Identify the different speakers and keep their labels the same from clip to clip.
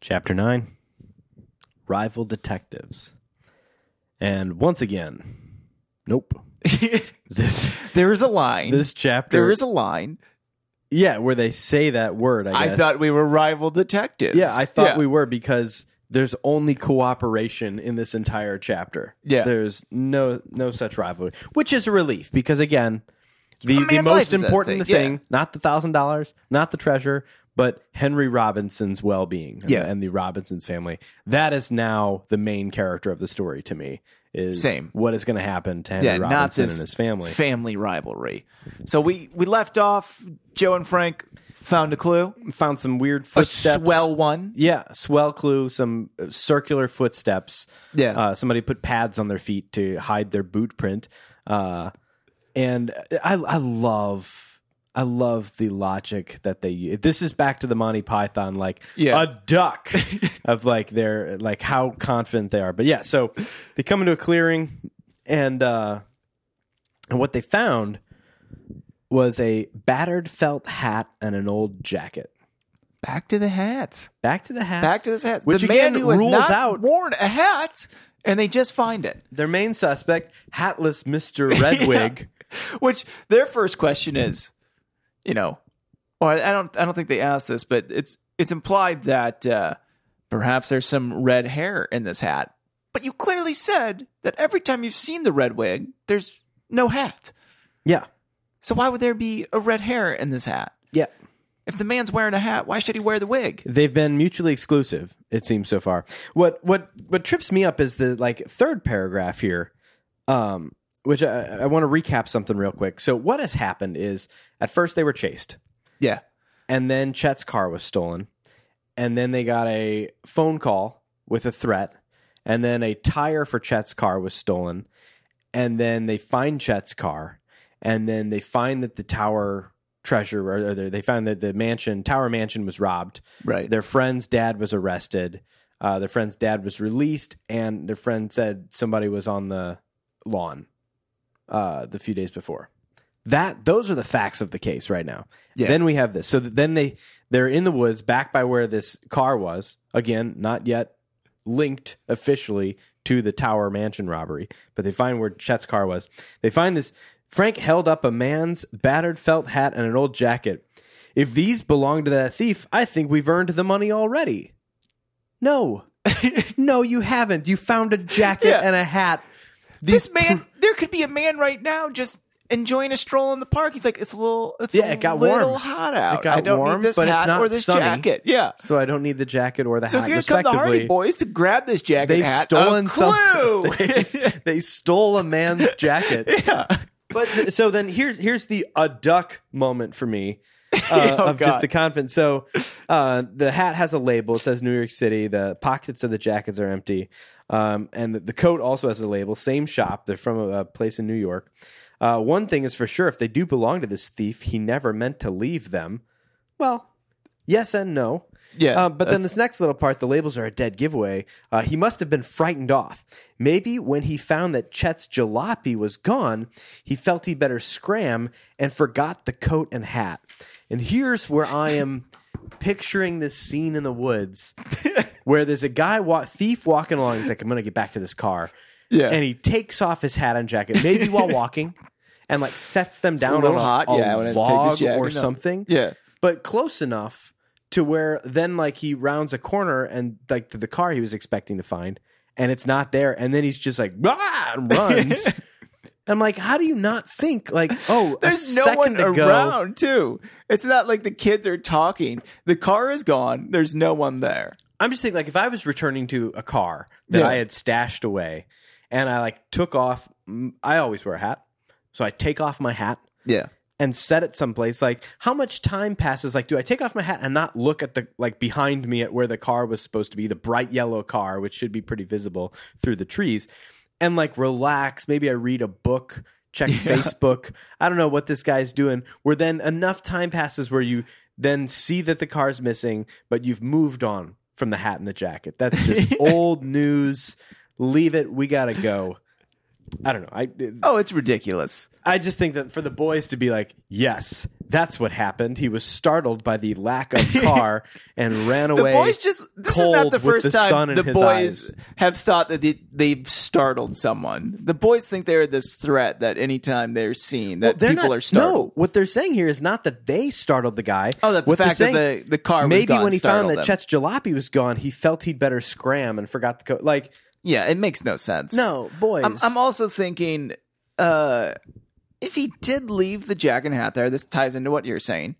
Speaker 1: Chapter 9 Rival Detectives. And once again, nope. This
Speaker 2: there is a line.
Speaker 1: this chapter
Speaker 2: there is a line.
Speaker 1: Yeah, where they say that word, I
Speaker 2: I
Speaker 1: guess.
Speaker 2: thought we were rival detectives.
Speaker 1: Yeah, I thought
Speaker 2: Yeah.
Speaker 1: we were because there's only cooperation in this entire chapter.
Speaker 2: Yeah.
Speaker 1: There's no no such rivalry, which is a relief because again, the,
Speaker 2: I mean,
Speaker 1: the
Speaker 2: it's life
Speaker 1: most
Speaker 2: is at
Speaker 1: important
Speaker 2: stake, yeah.
Speaker 1: thing, not the thousand dollars, not the treasure, but Henry Robinson's well being and,
Speaker 2: Yeah.
Speaker 1: and the Robinson's family. That is now the main character of the story to me. Is
Speaker 2: Same.
Speaker 1: what is going to happen to Henry
Speaker 2: yeah,
Speaker 1: Robinson
Speaker 2: not this
Speaker 1: and his family.
Speaker 2: family rivalry. So we we left off. Joe and Frank found a clue,
Speaker 1: Found some weird
Speaker 2: a
Speaker 1: footsteps.
Speaker 2: swell one.
Speaker 1: Yeah, swell clue, some uh, circular footsteps.
Speaker 2: Yeah.
Speaker 1: Uh, somebody put pads on their feet to hide their boot print. Uh, and I, I love, I love the logic that they. u- This is back to the Monty Python, like
Speaker 2: Yeah.
Speaker 1: a duck of like their like how confident they are. But yeah, so they come into a clearing, and uh, and what they found was a battered felt hat and an old jacket.
Speaker 2: Back to the hats.
Speaker 1: Back to the hat.
Speaker 2: Back to this hat.
Speaker 1: Which
Speaker 2: the
Speaker 1: again
Speaker 2: man who has
Speaker 1: rules
Speaker 2: not
Speaker 1: out
Speaker 2: worn a hat, and they just find it.
Speaker 1: their main suspect, hatless Mister Redwig.
Speaker 2: Which their first question is, you know, or I I don't, I don't think they asked this, but it's it's implied that uh, perhaps there's some red hair in this hat. But you clearly said that every time you've seen the red wig, there's no hat.
Speaker 1: yeah,
Speaker 2: So why would there be a red hair in this hat?
Speaker 1: yeah.
Speaker 2: If the man's wearing a hat, why should he wear the wig?
Speaker 1: They've been mutually exclusive. It seems so far. What what what trips me up is the like third paragraph here, um, which I, I want to recap something real quick. So what has happened is at first they were chased,
Speaker 2: Yeah,
Speaker 1: and then Chet's car was stolen, and then they got a phone call with a threat, and then a tire for Chet's car was stolen, and then they find Chet's car, and then they find that the tower treasure or they- they found that the mansion tower mansion was robbed.
Speaker 2: right.
Speaker 1: Their friend's dad was arrested. Uh, their friend's dad was released, and their friend said somebody was on the lawn uh, the few days before. That those are the facts of the case right now.
Speaker 2: Yeah.
Speaker 1: Then we have this. So th- then they they're in the woods back by where this car was. Again, not yet linked officially to the Tower Mansion robbery, but they find where Chet's car was. They find this. Frank held up a man's battered felt hat and an old jacket. If these belong to that thief, I think we've earned the money already. No. no, you haven't. You found a jacket
Speaker 2: Yeah.
Speaker 1: and a hat.
Speaker 2: this man, there could be a man right now just enjoying a stroll in the park. He's like, it's a little, it's
Speaker 1: Yeah,
Speaker 2: a
Speaker 1: it got
Speaker 2: little
Speaker 1: warm.
Speaker 2: hot out.
Speaker 1: It got
Speaker 2: I don't
Speaker 1: warm,
Speaker 2: need this
Speaker 1: but it's
Speaker 2: hat
Speaker 1: not
Speaker 2: or this
Speaker 1: sunny.
Speaker 2: jacket. Yeah.
Speaker 1: So I don't need the jacket or the
Speaker 2: So
Speaker 1: hat.
Speaker 2: here come the Hardy
Speaker 1: respectively.
Speaker 2: Boys to grab this jacket.
Speaker 1: They've
Speaker 2: hat.
Speaker 1: stolen
Speaker 2: a clue.
Speaker 1: something. they stole a man's jacket.
Speaker 2: yeah.
Speaker 1: But so then here's here's the a duck moment for me uh,
Speaker 2: Oh,
Speaker 1: of just
Speaker 2: God.
Speaker 1: the confidence. So uh, the hat has a label. It says New York City. The pockets of the jackets are empty, um, and the, the coat also has a label. Same shop. They're from a, a place in New York. Uh, one thing is for sure: if they do belong to this thief, he never meant to leave them. Well, yes and no.
Speaker 2: Yeah.
Speaker 1: Uh, but then this next little part, the labels are a dead giveaway. Uh, he must have been frightened off. Maybe when he found that Chet's jalopy was gone, he felt he better scram and forgot the coat and hat. And here's where I am picturing this scene in the woods where there's a guy, wa- thief, walking along. He's like, I'm going to get back to this car.
Speaker 2: Yeah.
Speaker 1: And he takes off his hat and jacket, maybe while walking, and like sets them down on
Speaker 2: little
Speaker 1: a,
Speaker 2: hot.
Speaker 1: a
Speaker 2: Yeah, I wanna take this
Speaker 1: log
Speaker 2: jacket
Speaker 1: or
Speaker 2: off.
Speaker 1: something
Speaker 2: Yeah.
Speaker 1: but close enough to where then like he rounds a corner and like to the car he was expecting to find and it's not there and then he's just like "Rah!" and runs i'm like how do you not think like oh a
Speaker 2: There's no
Speaker 1: second
Speaker 2: one
Speaker 1: ago,
Speaker 2: around too. It's not like the kids are talking. The car is gone. There's no one there.
Speaker 1: i'm just thinking like if i was returning to a car that
Speaker 2: Yeah.
Speaker 1: i had stashed away and i like took off mm, i always wear a hat so i take off my hat
Speaker 2: Yeah.
Speaker 1: and set it someplace like how much time passes like do i take off my hat and not look at the like behind me at where the car was supposed to be the bright yellow car which should be pretty visible through the trees and like relax maybe i read a book check facebook i don't know what this guy's doing where then enough time passes where you then see that the car's missing but you've moved on from the hat and the jacket that's just old news leave it we gotta go I don't know. I
Speaker 2: Oh, it's ridiculous.
Speaker 1: I just think that for the boys to be like, yes, that's what happened. He was startled by the lack of car and ran
Speaker 2: The
Speaker 1: away.
Speaker 2: boys just this is
Speaker 1: cold
Speaker 2: not the
Speaker 1: with
Speaker 2: first
Speaker 1: the sun
Speaker 2: time
Speaker 1: in
Speaker 2: the
Speaker 1: his
Speaker 2: boys
Speaker 1: eyes.
Speaker 2: have thought that they, they've startled someone. The boys think they're this threat that anytime they're seen that
Speaker 1: They're
Speaker 2: people
Speaker 1: not-
Speaker 2: are startled.
Speaker 1: No, what they're saying here is not that they startled the guy.
Speaker 2: Oh, that the
Speaker 1: What they're
Speaker 2: fact that
Speaker 1: saying-
Speaker 2: the- the car was
Speaker 1: maybe
Speaker 2: gone
Speaker 1: when he found
Speaker 2: startled
Speaker 1: that
Speaker 2: them.
Speaker 1: Chet's Jalopy was gone, he felt he'd better scram and forgot the code. Like
Speaker 2: Yeah, it makes no sense.
Speaker 1: no, boys.
Speaker 2: I'm, I'm also thinking uh, if he did leave the jack and hat there, this ties into what you're saying.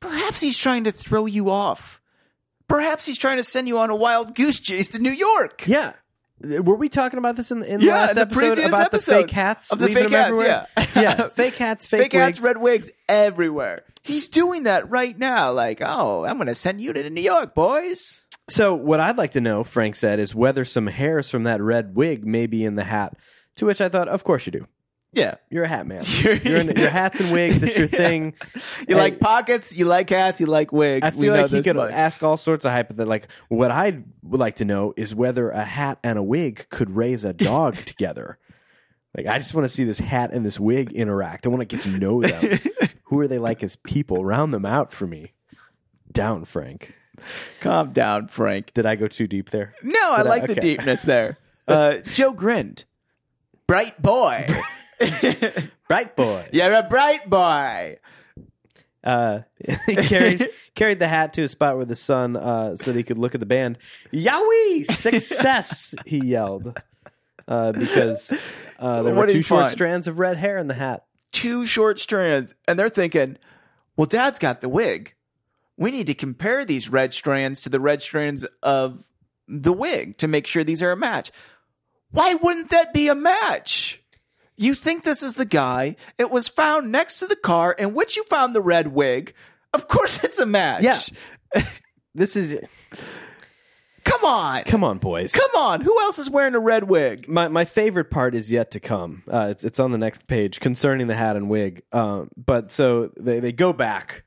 Speaker 2: Perhaps he's trying to throw you off. Perhaps he's trying to send you on a wild goose chase to New York.
Speaker 1: yeah. Were we talking about this in, in
Speaker 2: Yeah,
Speaker 1: the last
Speaker 2: the
Speaker 1: episode
Speaker 2: previous
Speaker 1: about the
Speaker 2: episode
Speaker 1: fake hats?
Speaker 2: of the
Speaker 1: leaving
Speaker 2: fake
Speaker 1: them
Speaker 2: hats,
Speaker 1: everywhere?
Speaker 2: yeah.
Speaker 1: yeah, fake hats, fake,
Speaker 2: Fake hats,
Speaker 1: wigs.
Speaker 2: red wigs everywhere. He's doing that right now. Like, oh, I'm going to send you to New York, boys.
Speaker 1: So, what I'd like to know, Frank said, is whether some hairs from that red wig may be in the hat. To which I thought, of course you do.
Speaker 2: Yeah.
Speaker 1: You're a hat man.
Speaker 2: You're-
Speaker 1: You're, in, your hats and wigs. That's your
Speaker 2: Yeah.
Speaker 1: thing.
Speaker 2: You
Speaker 1: And
Speaker 2: like pockets, you like hats, you like wigs.
Speaker 1: I
Speaker 2: we
Speaker 1: feel
Speaker 2: know
Speaker 1: like he
Speaker 2: this
Speaker 1: could
Speaker 2: much.
Speaker 1: ask all sorts of hypothetical. Like, what I would like to know is whether a hat and a wig could raise a dog together. Like, I just want to see this hat and this wig interact. I want to get to know them. Who are they like as people? Round them out for me. Down, Frank.
Speaker 2: Calm down, Frank.
Speaker 1: Did I go too deep there?
Speaker 2: No, I
Speaker 1: Did I-
Speaker 2: like the
Speaker 1: uh, okay.
Speaker 2: deepness there. Uh, Joe grinned. Bright boy.
Speaker 1: Bright boy.
Speaker 2: You're a bright boy.
Speaker 1: uh, he carried carried the hat to a spot where the sun, uh, so that he could look at the band. Yowie, success! he yelled uh, because uh, there
Speaker 2: What
Speaker 1: were
Speaker 2: did he
Speaker 1: two short
Speaker 2: find?
Speaker 1: strands of red hair in the hat.
Speaker 2: Two short strands. And they're thinking, well, dad's got the wig. We need to compare these red strands to the red strands of the wig to make sure these are a match. Why wouldn't that be a match? You think this is the guy. It was found next to the car in which you found the red wig. Of course it's a match.
Speaker 1: Yeah. This is
Speaker 2: Come on.
Speaker 1: come on, boys.
Speaker 2: Come on, who else is wearing a red wig?
Speaker 1: my my favorite part is yet to come. Uh, it's it's on the next page concerning the hat and wig. Um, but so they they go back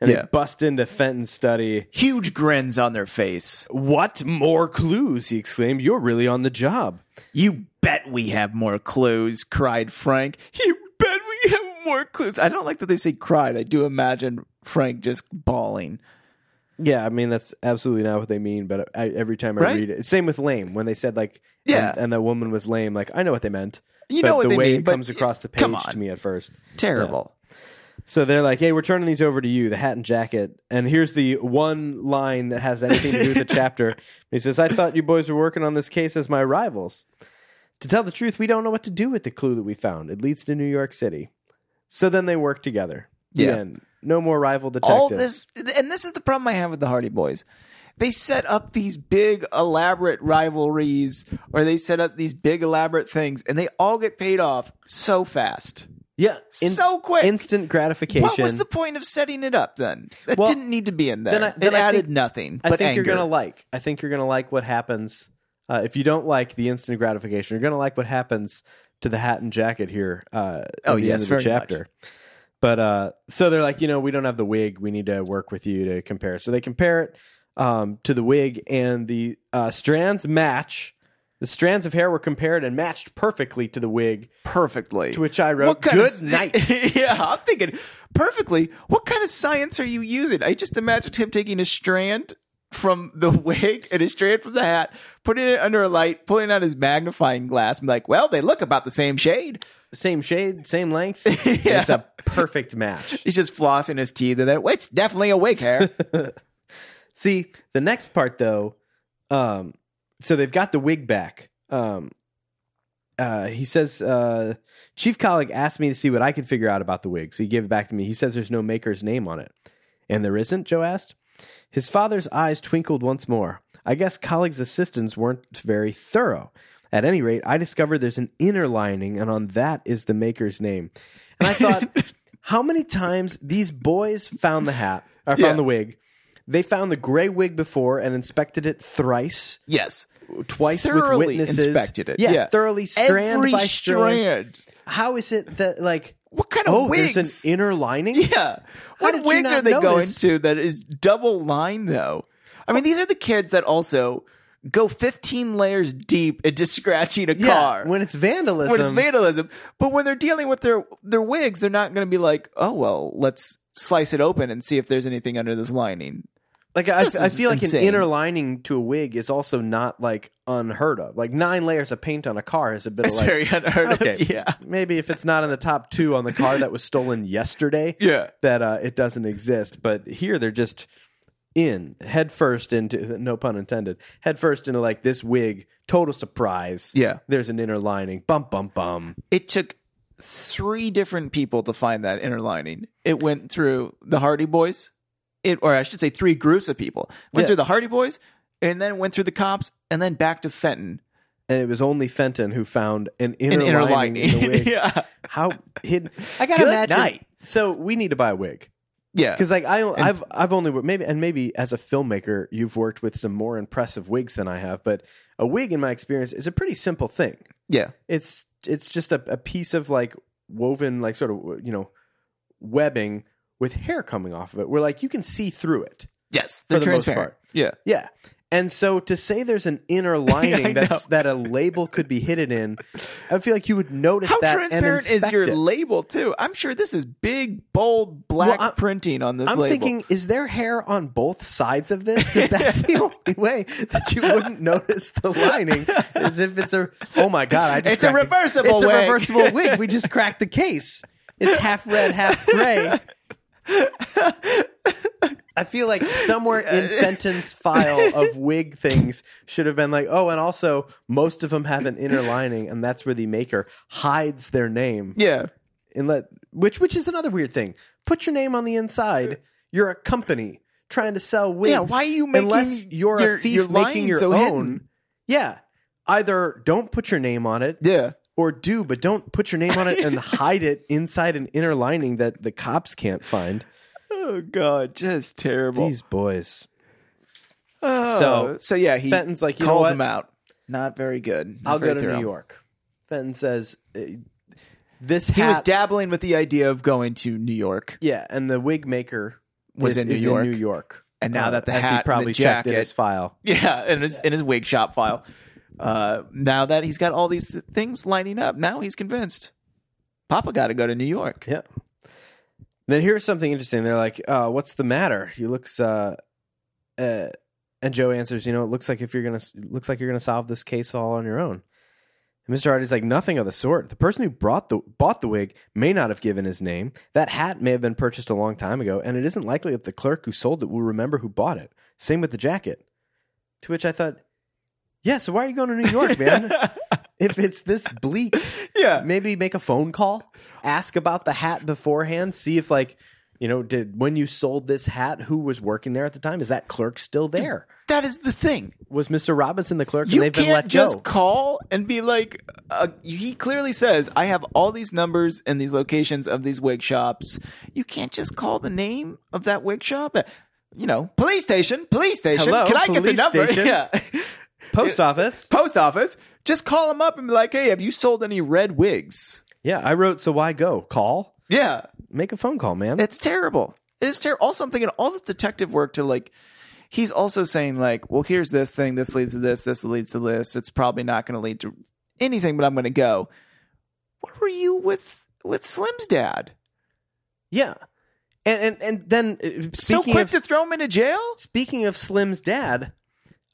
Speaker 1: and
Speaker 2: Yeah.
Speaker 1: they bust into Fenton's study.
Speaker 2: Huge grins on their face.
Speaker 1: What more clues? He exclaimed. You're really on the job.
Speaker 2: You bet we have more clues, cried Frank. You bet we have more clues. I don't like that they say cried. I do imagine Frank just bawling.
Speaker 1: Yeah, I mean that's absolutely not what they mean. But I, every time I
Speaker 2: Right?
Speaker 1: read it, same with lame when they said like,
Speaker 2: Yeah.
Speaker 1: and, and the woman was lame. Like I know what they meant.
Speaker 2: You
Speaker 1: but
Speaker 2: know what
Speaker 1: the
Speaker 2: they
Speaker 1: way
Speaker 2: mean,
Speaker 1: it
Speaker 2: but
Speaker 1: comes across the
Speaker 2: come
Speaker 1: page
Speaker 2: on.
Speaker 1: to me at first.
Speaker 2: Terrible.
Speaker 1: So they're like, "Hey, we're turning these over to you, the hat and jacket." And here's the one line that has anything to do with the chapter. He says, "I thought you boys were working on this case as my rivals. To tell the truth, we don't know what to do with the clue that we found. It leads to New York City." So then they work together. The
Speaker 2: Yeah.
Speaker 1: end. No more rival detectives.
Speaker 2: All this, and this is the problem I have with the Hardy Boys. They set up these big elaborate rivalries, or they set up these big elaborate things, and they all get paid off so fast,
Speaker 1: yeah, in-
Speaker 2: so quick.
Speaker 1: instant gratification.
Speaker 2: What was the point of setting it up then? That
Speaker 1: Well,
Speaker 2: didn't need to be in there.
Speaker 1: then I- then
Speaker 2: it
Speaker 1: I
Speaker 2: added
Speaker 1: think-
Speaker 2: nothing.
Speaker 1: I
Speaker 2: but
Speaker 1: think you're
Speaker 2: anger.
Speaker 1: gonna like. I think you're gonna like what happens. Uh, if you don't like the instant gratification, you're gonna like what happens to the hat and jacket here. Uh, at
Speaker 2: Oh,
Speaker 1: the
Speaker 2: yes,
Speaker 1: end of the
Speaker 2: very
Speaker 1: chapter. But uh, so they're like, you know, we don't have the wig. We need to work with you to compare. So they compare it um, to the wig, and the uh, strands match. The strands of hair were compared and matched perfectly to the wig.
Speaker 2: perfectly.
Speaker 1: To which I wrote,
Speaker 2: What kind
Speaker 1: "Good
Speaker 2: of-
Speaker 1: night."
Speaker 2: yeah, I'm thinking perfectly. What kind of science are you using? I just imagined him taking a strand from the wig and a strand from the hat, putting it under a light, pulling out his magnifying glass, and be like, well, they look about the same shade.
Speaker 1: Same shade, same length.
Speaker 2: Yeah.
Speaker 1: It's a perfect match.
Speaker 2: He's just flossing his teeth, and then "Well, it's definitely a wig hair.
Speaker 1: See, the next part though, um, so they've got the wig back. Um, uh, he says, uh, Chief Colleague asked me to see what I could figure out about the wig, so he gave it back to me. He says there's no maker's name on it. And there isn't? Joe asked. His father's eyes twinkled once more. I guess Colleague's assistants weren't very thorough. At any rate, I discovered there's an inner lining, and on that is the maker's name. And I thought, how many times these boys found the hat, or found
Speaker 2: Yeah.
Speaker 1: the wig, they found the gray wig before and inspected it thrice,
Speaker 2: yes.
Speaker 1: twice
Speaker 2: Thoroughly
Speaker 1: with witnesses.
Speaker 2: inspected it.
Speaker 1: Yeah,
Speaker 2: Yeah.
Speaker 1: thoroughly strand
Speaker 2: Every
Speaker 1: by strand.
Speaker 2: strand.
Speaker 1: How is it that like
Speaker 2: What kind
Speaker 1: oh,
Speaker 2: of wigs?
Speaker 1: there's an inner lining?
Speaker 2: Yeah. What
Speaker 1: did you
Speaker 2: wigs
Speaker 1: not
Speaker 2: are they
Speaker 1: notice?
Speaker 2: going to that is double line though? I mean, these are the kids that also go 15 layers deep into scratching a car
Speaker 1: When it's vandalism.
Speaker 2: when it's vandalism. But when they're dealing with their their wigs, they're not going to be like, oh well, let's slice it open and see if there's anything under this lining.
Speaker 1: like I,
Speaker 2: This
Speaker 1: I
Speaker 2: is
Speaker 1: feel like
Speaker 2: insane.
Speaker 1: an inner lining to a wig is also not like unheard of. Like nine layers of paint on a car is a bit
Speaker 2: It's
Speaker 1: of like
Speaker 2: very unheard of.
Speaker 1: okay.
Speaker 2: Yeah,
Speaker 1: maybe if it's not in the top two on the car that was stolen yesterday,
Speaker 2: yeah.
Speaker 1: that uh, it doesn't exist. But here they're just in head first into no pun intended head first into like this wig total surprise
Speaker 2: Yeah.
Speaker 1: there's an inner lining bum bum bum
Speaker 2: It took three different people to find that inner lining. It went through the Hardy Boys, it or I should say three groups of people. Went
Speaker 1: Yeah.
Speaker 2: through the Hardy Boys and then went through the cops and then back to Fenton.
Speaker 1: and it was only fenton who found an
Speaker 2: An
Speaker 1: inner,
Speaker 2: inner
Speaker 1: lining,
Speaker 2: lining.
Speaker 1: in the wig
Speaker 2: yeah.
Speaker 1: how hidden i gotta
Speaker 2: Good
Speaker 1: imagine
Speaker 2: night.
Speaker 1: so we need to buy a wig
Speaker 2: Yeah.
Speaker 1: because like I, I've I've only wor- maybe and maybe as a filmmaker you've worked with some more impressive wigs than I have, but a wig in my experience is a pretty simple thing.
Speaker 2: Yeah.
Speaker 1: It's it's just a, a piece of like woven like sort of you know webbing with hair coming off of it, where like you can see through it.
Speaker 2: Yes. They're
Speaker 1: the most
Speaker 2: transparent.
Speaker 1: part.
Speaker 2: Yeah.
Speaker 1: Yeah. And so to say there's an inner
Speaker 2: I
Speaker 1: lining that's that a label could be hidden in, I feel like you would notice
Speaker 2: How
Speaker 1: that. and
Speaker 2: transparent is
Speaker 1: inspect
Speaker 2: your
Speaker 1: it.
Speaker 2: label too? I'm sure this is big, bold, black
Speaker 1: Well, I-
Speaker 2: printing on this
Speaker 1: I'm
Speaker 2: label.
Speaker 1: thinking, is there hair on both sides of this? Because that's the only way that you wouldn't notice the lining is if it's a. Oh my god! I just
Speaker 2: It's a
Speaker 1: cracked
Speaker 2: reversible
Speaker 1: It's
Speaker 2: wig.
Speaker 1: a reversible wig. We just cracked the case. It's half red, half gray. I feel like somewhere in sentence file of wig things should have been like, oh, and also most of them have an inner lining, and that's where the maker hides their name
Speaker 2: yeah.
Speaker 1: and let which which is another weird thing. Put your name on the inside. You're a company trying to sell wigs.
Speaker 2: Yeah, why are you making
Speaker 1: unless you're
Speaker 2: your-
Speaker 1: a thief
Speaker 2: your line
Speaker 1: making your
Speaker 2: so
Speaker 1: own?
Speaker 2: hidden?
Speaker 1: Yeah, either don't put your name on it,
Speaker 2: Yeah.
Speaker 1: or do, but don't put your name on it and hide it inside an inner lining that the cops can't find.
Speaker 2: Oh god, just terrible.
Speaker 1: These boys.
Speaker 2: Oh,
Speaker 1: So-
Speaker 2: so yeah, he
Speaker 1: Fenton's like, you know
Speaker 2: calls
Speaker 1: what?
Speaker 2: him out. Not very good. Not
Speaker 1: I'll
Speaker 2: very
Speaker 1: go to
Speaker 2: thorough.
Speaker 1: New York. Fenton says eh, this.
Speaker 2: He
Speaker 1: hat,
Speaker 2: was dabbling with the idea of going to New York,
Speaker 1: Yeah, and the wig maker
Speaker 2: Was
Speaker 1: is-
Speaker 2: in New
Speaker 1: is
Speaker 2: York.
Speaker 1: In New York.
Speaker 2: and now
Speaker 1: Uh,
Speaker 2: that the
Speaker 1: as
Speaker 2: hat
Speaker 1: he probably
Speaker 2: and the
Speaker 1: checked
Speaker 2: jacket,
Speaker 1: in his file.
Speaker 2: yeah, in his in his wig shop file. Uh, now that he's got all these th- things lining up, now he's convinced. Papa got to go to New York.
Speaker 1: Yeah. Then here's something interesting. They're like, uh, "What's the matter?" He looks, uh, uh, and Joe answers, "You know, it looks like if you're gonna, it looks like you're gonna solve this case all on your own." And Mr. Hardy's like, "Nothing of the sort. The person who brought the bought the wig may not have given his name. That hat may have been purchased a long time ago, and it isn't likely that the clerk who sold it will remember who bought it. Same with the jacket." To which I thought, "Yeah, so why are you going to New York, man? if it's this bleak."
Speaker 2: yeah,
Speaker 1: maybe make a phone call, ask about the hat beforehand, see if like you know did when you sold this hat who was working there at the time is that clerk still there
Speaker 2: that is the thing.
Speaker 1: was mr robinson the clerk and
Speaker 2: You
Speaker 1: they've been let
Speaker 2: can't just
Speaker 1: go
Speaker 2: call and be like, uh, he clearly says, I have all these numbers and these locations of these wig shops. You can't just call the name of that wig shop. You know, police station, police station.
Speaker 1: Hello,
Speaker 2: Can I get the
Speaker 1: police
Speaker 2: number?
Speaker 1: station.
Speaker 2: Yeah.
Speaker 1: post office
Speaker 2: Post office. Just call them up and be like, hey, have you sold any red wigs?
Speaker 1: yeah i wrote so why go call
Speaker 2: Yeah.
Speaker 1: make a phone call man
Speaker 2: It's terrible. It is terrible. Also, I'm thinking all this detective work to like. He's also saying like, well, here's this thing. This leads to this. This leads to this. It's probably not going to lead to anything, but I'm going to go. What were you with with Slim's dad?
Speaker 1: yeah and and, and then uh, speaking
Speaker 2: so quick
Speaker 1: of,
Speaker 2: to throw him into jail?
Speaker 1: speaking of slim's dad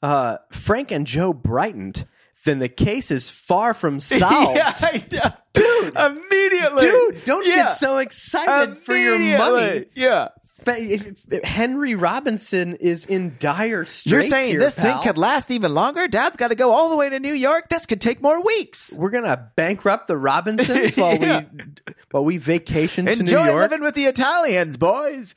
Speaker 1: uh frank and joe brightened then the case is far from solved
Speaker 2: yeah, I know. dude. Immediately,
Speaker 1: dude don't
Speaker 2: Yeah.
Speaker 1: get so excited for your money
Speaker 2: Immediately. Yeah,
Speaker 1: Fa- if- if- if Henry Robinson is in dire straits.
Speaker 2: you're saying
Speaker 1: here,
Speaker 2: this
Speaker 1: pal.
Speaker 2: thing could last even longer. Dad's got to go all the way to New York. This could take more weeks.
Speaker 1: We're gonna bankrupt the Robinsons while
Speaker 2: Yeah.
Speaker 1: we while we vacation to
Speaker 2: Enjoy
Speaker 1: New York.
Speaker 2: living with the Italians, boys.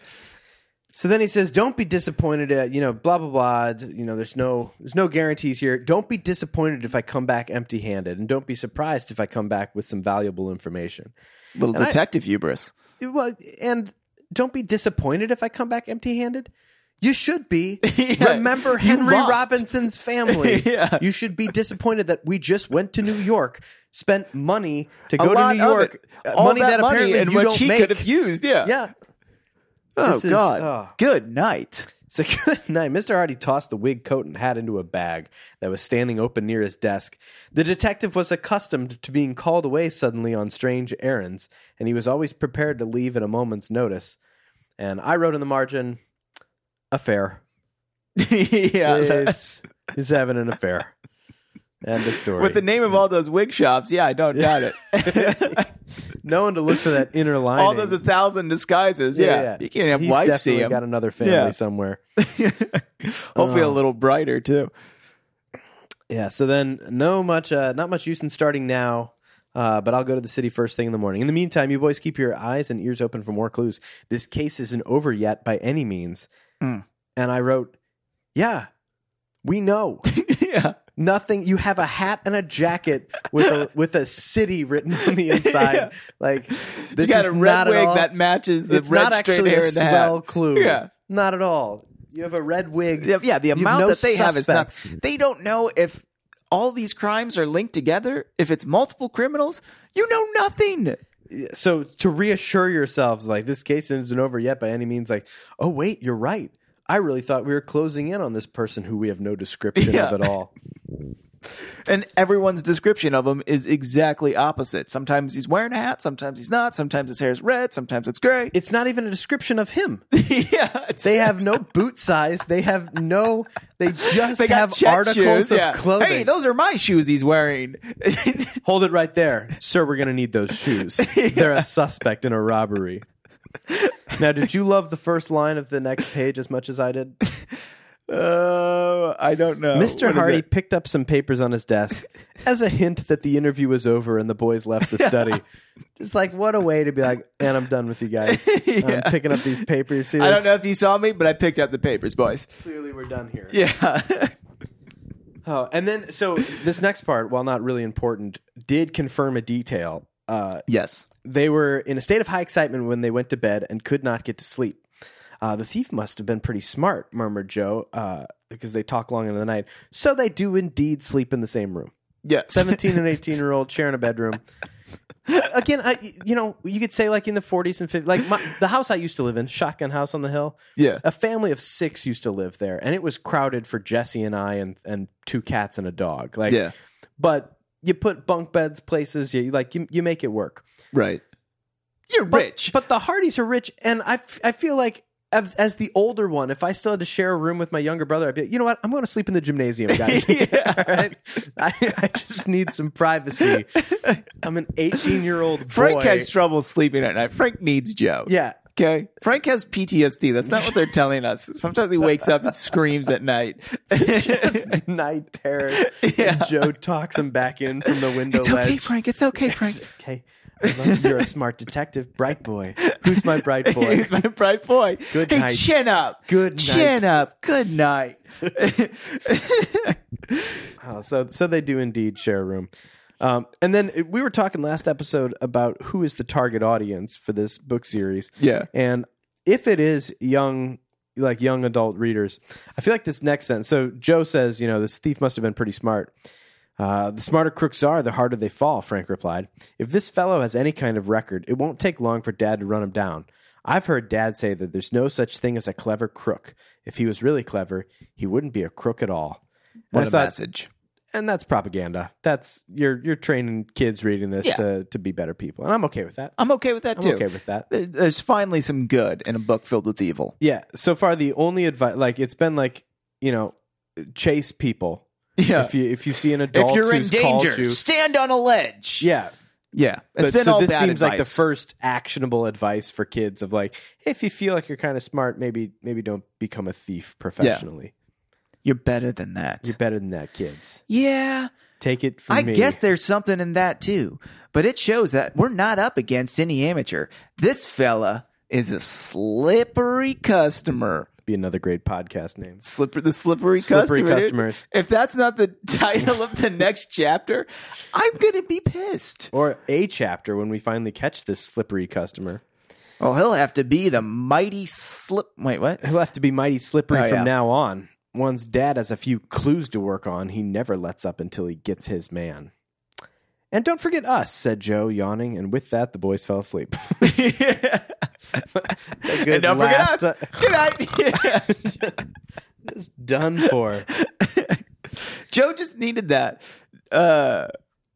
Speaker 1: So then he says, "Don't be disappointed at you know blah blah blah. d- You know, there's no there's no guarantees here. Don't be disappointed if I come back empty-handed, and don't be surprised if I come back with some valuable information.
Speaker 2: Little
Speaker 1: And I-
Speaker 2: detective hubris.
Speaker 1: Well, and don't be disappointed if I come back empty-handed. You should be.
Speaker 2: Yeah.
Speaker 1: Remember
Speaker 2: You
Speaker 1: Henry
Speaker 2: lost.
Speaker 1: Robinson's family.
Speaker 2: Yeah.
Speaker 1: You should be disappointed that we just went to New York, spent money to go to
Speaker 2: lot
Speaker 1: New
Speaker 2: of
Speaker 1: York,
Speaker 2: it.
Speaker 1: uh,
Speaker 2: All
Speaker 1: money that, apparently
Speaker 2: and
Speaker 1: you
Speaker 2: which
Speaker 1: don't
Speaker 2: he
Speaker 1: make.
Speaker 2: could have used. Yeah.
Speaker 1: yeah.
Speaker 2: Oh
Speaker 1: This is-
Speaker 2: God.
Speaker 1: oh.
Speaker 2: Good night.
Speaker 1: said, Good night. Mr. Hardy tossed the wig, coat, and hat into a bag that was standing open near his desk. The detective was accustomed to being called away suddenly on strange errands, and he was always prepared to leave at a moment's notice. And I wrote in the margin, affair.
Speaker 2: yeah, that's-
Speaker 1: He's, he's having an affair. End of story.
Speaker 2: with the name of all those wig shops, yeah, I don't doubt it.
Speaker 1: no one to look for that inner line.
Speaker 2: all those a thousand disguises, yeah, you can't have
Speaker 1: He's
Speaker 2: wives
Speaker 1: definitely
Speaker 2: see them.
Speaker 1: got Oh. another family
Speaker 2: Yeah.
Speaker 1: somewhere.
Speaker 2: Hopefully, a little brighter too.
Speaker 1: Yeah. So then, no much, uh, not much use in starting now. Uh, but I'll go to the city first thing in the morning. In the meantime, you boys keep your eyes and ears open for more clues. This case isn't over yet by any means.
Speaker 2: Mm.
Speaker 1: And I wrote, "Yeah, we know
Speaker 2: yeah,
Speaker 1: nothing. You have a hat and a jacket with a, with a city written on the inside.
Speaker 2: Yeah.
Speaker 1: Like this
Speaker 2: you got
Speaker 1: is
Speaker 2: a
Speaker 1: not
Speaker 2: red
Speaker 1: at
Speaker 2: wig
Speaker 1: all-
Speaker 2: that matches the
Speaker 1: it's
Speaker 2: red
Speaker 1: not
Speaker 2: straight
Speaker 1: actually
Speaker 2: hair
Speaker 1: a
Speaker 2: and the hat.
Speaker 1: swell clue.
Speaker 2: Yeah.
Speaker 1: Not at all. You have a red wig.
Speaker 2: Yeah, yeah, the
Speaker 1: You have
Speaker 2: amount
Speaker 1: no
Speaker 2: that they have is
Speaker 1: suspects.
Speaker 2: not. They don't know if all these crimes are linked together. If it's multiple criminals, you know nothing.
Speaker 1: So to reassure yourselves, like this case isn't over yet by any means. Like, oh wait, you're right. I really thought we were closing in on this person who we have no description
Speaker 2: Yeah.
Speaker 1: of at all.
Speaker 2: And everyone's description of him is exactly opposite. Sometimes he's wearing a hat, sometimes he's not. Sometimes his hair's red, sometimes it's gray.
Speaker 1: It's not even a description of him.
Speaker 2: yeah, it's,
Speaker 1: They have no boot size. They have no. They just
Speaker 2: they got
Speaker 1: have
Speaker 2: check
Speaker 1: articles
Speaker 2: shoes,
Speaker 1: of
Speaker 2: yeah.
Speaker 1: clothing.
Speaker 2: Hey, those are my shoes he's wearing.
Speaker 1: Hold it right there, sir. We're going to need those shoes. They're a suspect in a robbery. Now, did you love the first line of the next page as much as I did?
Speaker 2: uh, I don't know. What
Speaker 1: Mr.
Speaker 2: is
Speaker 1: Hardy
Speaker 2: it?
Speaker 1: picked up some papers on his desk as a hint that the interview was over and the boys left the study. Just like what a way to be like, and I'm done with you guys.
Speaker 2: Yeah.
Speaker 1: I'm picking up these papers. See
Speaker 2: I don't
Speaker 1: this?
Speaker 2: know if you saw me, but I picked up the papers, boys.
Speaker 1: Clearly, we're done here.
Speaker 2: Yeah.
Speaker 1: Oh, and then so this next part, while not really important, did confirm a detail. Uh,
Speaker 2: yes.
Speaker 1: they were in a state of high excitement when they went to bed and could not get to sleep. Uh, the thief must have been pretty smart, murmured Joe, uh, because they talk long into the night. So they do indeed sleep in the same room.
Speaker 2: Yes.
Speaker 1: 17 and 18 year old sharing a bedroom. Again, I, you know, you could say like in the 40s and 50s, like my, the house I used to live in, shotgun house on the hill,
Speaker 2: Yeah.
Speaker 1: a family of six used to live there, and it was crowded for Jesse and I and, and two cats and a dog. Like,
Speaker 2: Yeah.
Speaker 1: but you put bunk beds, places, you like, you, you make it work.
Speaker 2: Right. You're
Speaker 1: But-
Speaker 2: rich.
Speaker 1: But the Hardys are rich, and I, f- I feel like as, as the older one, if I still had to share a room with my younger brother, I'd be like, you know what? I'm going to sleep in the gymnasium, guys.
Speaker 2: Yeah.
Speaker 1: All right? I, I just need some privacy. I'm an 18 year old boy.
Speaker 2: Frank has trouble sleeping at night. Frank needs Joe.
Speaker 1: yeah.
Speaker 2: Okay. Frank has PTSD. That's not what they're telling us. Sometimes he wakes up and screams at night. it's
Speaker 1: Night terror.
Speaker 2: Yeah.
Speaker 1: And Joe talks him back in from the window ledge.
Speaker 2: okay, Frank. It's okay, Frank.
Speaker 1: It's okay. I love- You're a smart detective, bright boy. Who's my bright boy?
Speaker 2: He's my bright boy.
Speaker 1: Good
Speaker 2: hey,
Speaker 1: night.
Speaker 2: chin up.
Speaker 1: Good
Speaker 2: Chin
Speaker 1: night.
Speaker 2: up. Good night.
Speaker 1: Oh, so so they do indeed share a room. Um, and then it- we were talking last episode about who is the target audience for this book series.
Speaker 2: Yeah.
Speaker 1: And if it is young like young adult readers, I feel like this next sentence. So Joe says, you know, this thief must have been pretty smart. Uh, the smarter crooks are, the harder they fall, Frank replied. If this fellow has any kind of record, it won't take long for Dad to run him down. I've heard Dad say that there's no such thing as a clever crook. If he was really clever, he wouldn't be a crook at all. And I
Speaker 2: What a
Speaker 1: thought-
Speaker 2: message.
Speaker 1: and that's propaganda. That's you're you're training kids reading this
Speaker 2: Yeah.
Speaker 1: to to be better people, and I'm okay with that.
Speaker 2: I'm okay with that
Speaker 1: I'm
Speaker 2: too.
Speaker 1: okay with that.
Speaker 2: There- There's finally some good in a book filled with evil.
Speaker 1: Yeah. So far, the only advice, like it's been like you know, chase people.
Speaker 2: Yeah.
Speaker 1: If you if you see an adult,
Speaker 2: If you're in
Speaker 1: who's called
Speaker 2: danger,
Speaker 1: you,
Speaker 2: stand on a ledge.
Speaker 1: yeah.
Speaker 2: Yeah. It's
Speaker 1: But-
Speaker 2: been
Speaker 1: so
Speaker 2: all
Speaker 1: this
Speaker 2: bad
Speaker 1: seems like the
Speaker 2: advice.
Speaker 1: first actionable advice for kids of like, if you feel like you're kind of smart, maybe maybe don't become a thief professionally.
Speaker 2: You're better than that.
Speaker 1: You're better than that, kids.
Speaker 2: yeah.
Speaker 1: Take it from
Speaker 2: I
Speaker 1: me.
Speaker 2: guess there's something in that too. But it shows that we're not up against any amateur. This fella is a slippery customer.
Speaker 1: be another great podcast name.
Speaker 2: Slipper the slippery,
Speaker 1: Slippery
Speaker 2: customer, dude.
Speaker 1: customers.
Speaker 2: If that's not the title of the next chapter, I'm gonna be pissed.
Speaker 1: Or a chapter when we finally catch this slippery customer.
Speaker 2: Well, he'll have to be the mighty slip wait, what?
Speaker 1: He'll have to be mighty slippery
Speaker 2: Oh,
Speaker 1: from
Speaker 2: yeah.
Speaker 1: now on. One's dad has a few clues to work on. He never lets up until he gets his man. And don't forget us, said Joe, yawning. And with that, the boys fell asleep. good
Speaker 2: and don't
Speaker 1: last-
Speaker 2: forget us. Good night. Yeah.
Speaker 1: It's done for.
Speaker 2: Joe just needed that. Uh,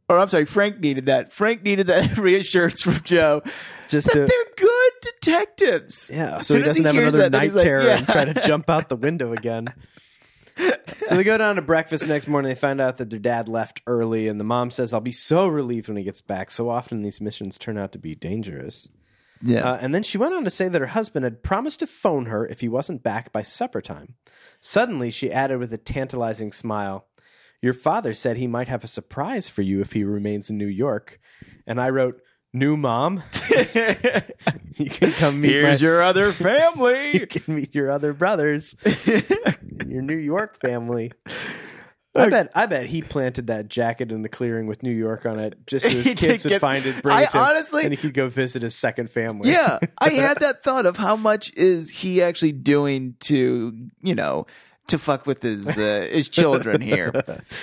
Speaker 2: or I'm sorry, Frank needed that. Frank needed that reassurance from Joe
Speaker 1: Just
Speaker 2: that
Speaker 1: to,
Speaker 2: they're good detectives.
Speaker 1: yeah.
Speaker 2: As
Speaker 1: So he
Speaker 2: soon as
Speaker 1: doesn't have
Speaker 2: hears
Speaker 1: another
Speaker 2: that, then
Speaker 1: night
Speaker 2: he's like,
Speaker 1: terror and
Speaker 2: yeah.
Speaker 1: try to jump out the window again. so they go down to breakfast next morning. They find out that their dad left early, and the mom says, "I'll be so relieved when he gets back." So often these missions turn out to be dangerous.
Speaker 2: Yeah.
Speaker 1: Uh, and then she went on to say that her husband had promised to phone her if he wasn't back by supper time. Suddenly, she added with a tantalizing smile, Your father said he might have a surprise for you if he remains in New York. And I wrote, New mom, you can come meet my-
Speaker 2: Here's your other
Speaker 1: you
Speaker 2: family.
Speaker 1: can meet your other brothers, your New York family. I bet I bet he planted that jacket in the clearing with New York on it just so his
Speaker 2: He
Speaker 1: kids
Speaker 2: did
Speaker 1: would
Speaker 2: get-
Speaker 1: find it, bring
Speaker 2: I
Speaker 1: it to him,
Speaker 2: honestly-
Speaker 1: and he could go visit his second family.
Speaker 2: yeah, I had that thought of how much is he actually doing to you know to fuck with his uh, his children here.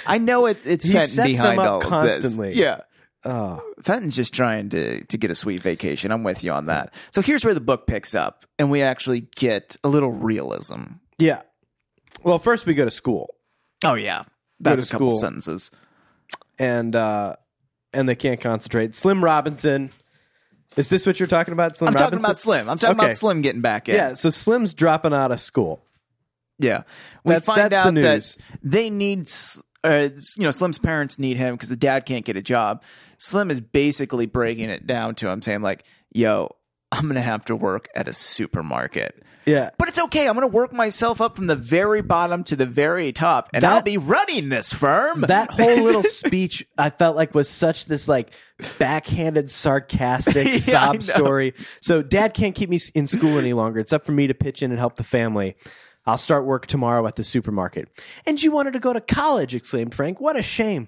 Speaker 2: I know it's it's
Speaker 1: He
Speaker 2: Fenton
Speaker 1: sets them
Speaker 2: behind
Speaker 1: up
Speaker 2: all
Speaker 1: constantly.
Speaker 2: of this. Yeah,
Speaker 1: Oh.
Speaker 2: Fenton's just trying to to get a sweet vacation. I'm with you on that. So here's where the book picks up, and we actually get a little realism.
Speaker 1: Yeah. Well, first we go to school,
Speaker 2: Oh yeah,
Speaker 1: Go to
Speaker 2: that's a couple
Speaker 1: school.
Speaker 2: sentences.
Speaker 1: and uh, and they can't concentrate. Slim Robinson, is this what you're talking about? Slim
Speaker 2: I'm
Speaker 1: Robinson.
Speaker 2: talking about Slim. I'm talking
Speaker 1: Okay.
Speaker 2: about Slim getting back in.
Speaker 1: Yeah. So Slim's dropping out of school.
Speaker 2: Yeah, we
Speaker 1: That's-
Speaker 2: find
Speaker 1: that's the
Speaker 2: out
Speaker 1: news.
Speaker 2: that they need, S- uh, you know, Slim's parents need him because the dad can't get a job. Slim is basically breaking it down to him, saying like, "Yo, I'm gonna have to work at a supermarket,
Speaker 1: Yeah.
Speaker 2: but it's okay. I'm gonna work myself up from the very bottom to the very top, and I'll be running this firm."
Speaker 1: That whole little speech I felt like was such this like backhanded sarcastic
Speaker 2: Yeah, I know.
Speaker 1: sob story. So dad can't keep me s- in school any longer. It's up for me to pitch in and help the family. I'll start work tomorrow at the supermarket. And you wanted to go to college, exclaimed Frank. What a shame.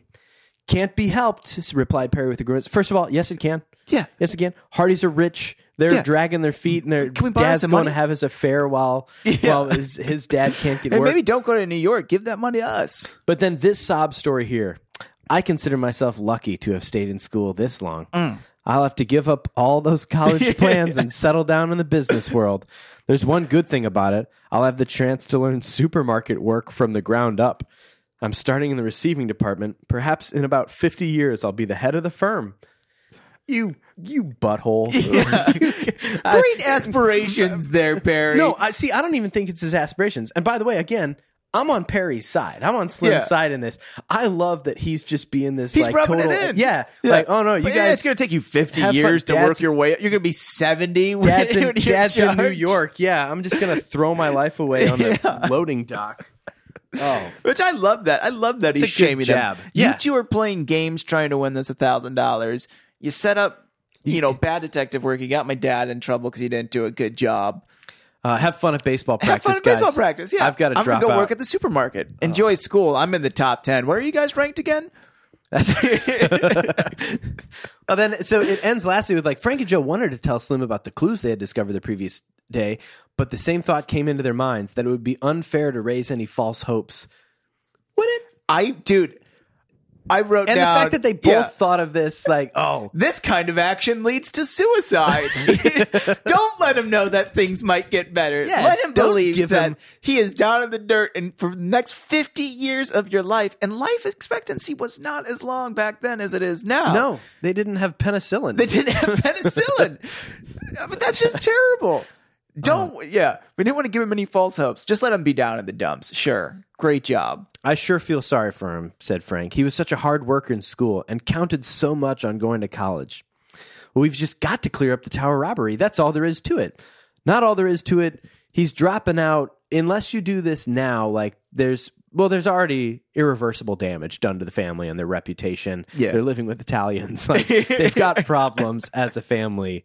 Speaker 1: Can't be helped, replied Perry with a grimace. First of all, yes it can.
Speaker 2: Yeah.
Speaker 1: Yes again. Hardys are rich. They're
Speaker 2: Yeah.
Speaker 1: dragging their feet and their
Speaker 2: Can we borrow
Speaker 1: dad's
Speaker 2: some
Speaker 1: going to
Speaker 2: money?
Speaker 1: have his affair while while his, his dad can't get
Speaker 2: and
Speaker 1: work.
Speaker 2: maybe don't go to New York. Give that money to us.
Speaker 1: But then this sob story here. I consider myself lucky to have stayed in school this long. I'll have to give up all those college plans and settle down in the business world. There's one good thing about it I'll have the chance to learn supermarket work from the ground up. I'm starting in the receiving department. Perhaps in about 50 years, I'll be the head of the firm. You, you butthole. I-
Speaker 2: Great aspirations there, Barry.
Speaker 1: no, I see. I don't even think it's his aspirations. And by the way, again, I'm on Perry's side. I'm on Slim's
Speaker 2: Yeah.
Speaker 1: side in this. I love that he's just being this.
Speaker 2: He's
Speaker 1: like,
Speaker 2: rubbing
Speaker 1: total,
Speaker 2: it in.
Speaker 1: Yeah, like oh no, you
Speaker 2: But
Speaker 1: guys.
Speaker 2: It's going to take you 50
Speaker 1: have fun.
Speaker 2: years to
Speaker 1: Dad's-
Speaker 2: work your way up. You're going to be 70 when,
Speaker 1: Dad's in,
Speaker 2: when you're
Speaker 1: dad's in New
Speaker 2: charged.
Speaker 1: York. Yeah, I'm just gonna throw my life away on the loading dock. Oh,
Speaker 2: Which I love that. I love that he's
Speaker 1: a good
Speaker 2: shaming them.
Speaker 1: jab. Yeah.
Speaker 2: You two are playing games trying to win this $1,000. You set up, you know, bad detective work. You got my dad in trouble because he didn't do a good job.
Speaker 1: uh, have fun at baseball
Speaker 2: Have
Speaker 1: practice.
Speaker 2: fun at
Speaker 1: guys.
Speaker 2: baseball practice. Yeah.
Speaker 1: I've got to
Speaker 2: I'm
Speaker 1: drop
Speaker 2: gonna go
Speaker 1: out. Oh.
Speaker 2: work at the supermarket. Enjoy school. I'm in the top 10. Where are you guys ranked again?
Speaker 1: Well, then, so it ends lastly with like Frank and Joe wanted to tell Slim about the clues they had discovered the previous day, but the same thought came into their minds that it would be unfair to raise any false hopes. Would it?
Speaker 2: I, dude, I wrote
Speaker 1: And
Speaker 2: down.
Speaker 1: the fact that they both
Speaker 2: Yeah.
Speaker 1: thought of this, like, oh,
Speaker 2: this kind of action leads to suicide. don't let him know that things might get better.
Speaker 1: Yeah,
Speaker 2: let him
Speaker 1: don't
Speaker 2: believe
Speaker 1: give
Speaker 2: that
Speaker 1: him-
Speaker 2: he is down in the dirt and for the next 50 years of your life. And life expectancy was not as long back then as it is now.
Speaker 1: no, they didn't have penicillin.
Speaker 2: They didn't have penicillin. but that's just terrible. Don't, yeah. We didn't want to give him any false hopes. Just let him be down in the dumps. Sure. Great job.
Speaker 1: I sure feel sorry for him, said Frank. He was such a hard worker in school and counted so much on going to college. Well, we've just got to clear up the tower robbery. That's all there is to it. Not all there is to it. He's dropping out unless you do this now. Like there's well, there's already irreversible damage done to the family and their reputation.
Speaker 2: Yeah.
Speaker 1: They're living with Italians. Like they've got problems as a family.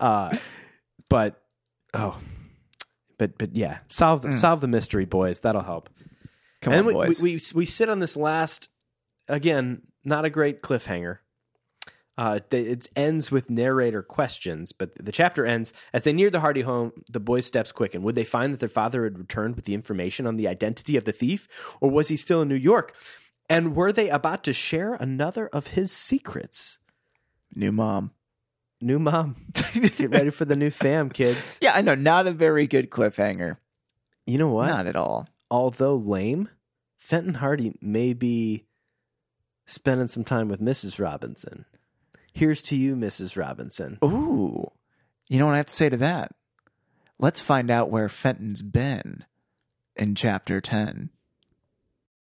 Speaker 1: Uh, but oh, but but yeah, solve solve the mystery, boys. That'll help
Speaker 2: Come
Speaker 1: and
Speaker 2: on,
Speaker 1: we,
Speaker 2: boys.
Speaker 1: We, we we sit on this last again, not a great cliffhanger. Uh, they- it ends with narrator questions, but the chapter ends as they near the Hardy home. The boys' steps quicken. Would they find that their father had returned with the information on the identity of the thief, or was he still in New York? And were they about to share another of his secrets?
Speaker 2: New mom.
Speaker 1: New mom. Get ready for the new fam, kids.
Speaker 2: Yeah, I know. Not a very good cliffhanger.
Speaker 1: You know what?
Speaker 2: Not at all.
Speaker 1: Although lame, Fenton Hardy may be spending some time with Mrs. Robinson. Here's to you, Mrs. Robinson.
Speaker 2: Ooh. You know what I have to say to that? Let's find out where Fenton's been in chapter 10.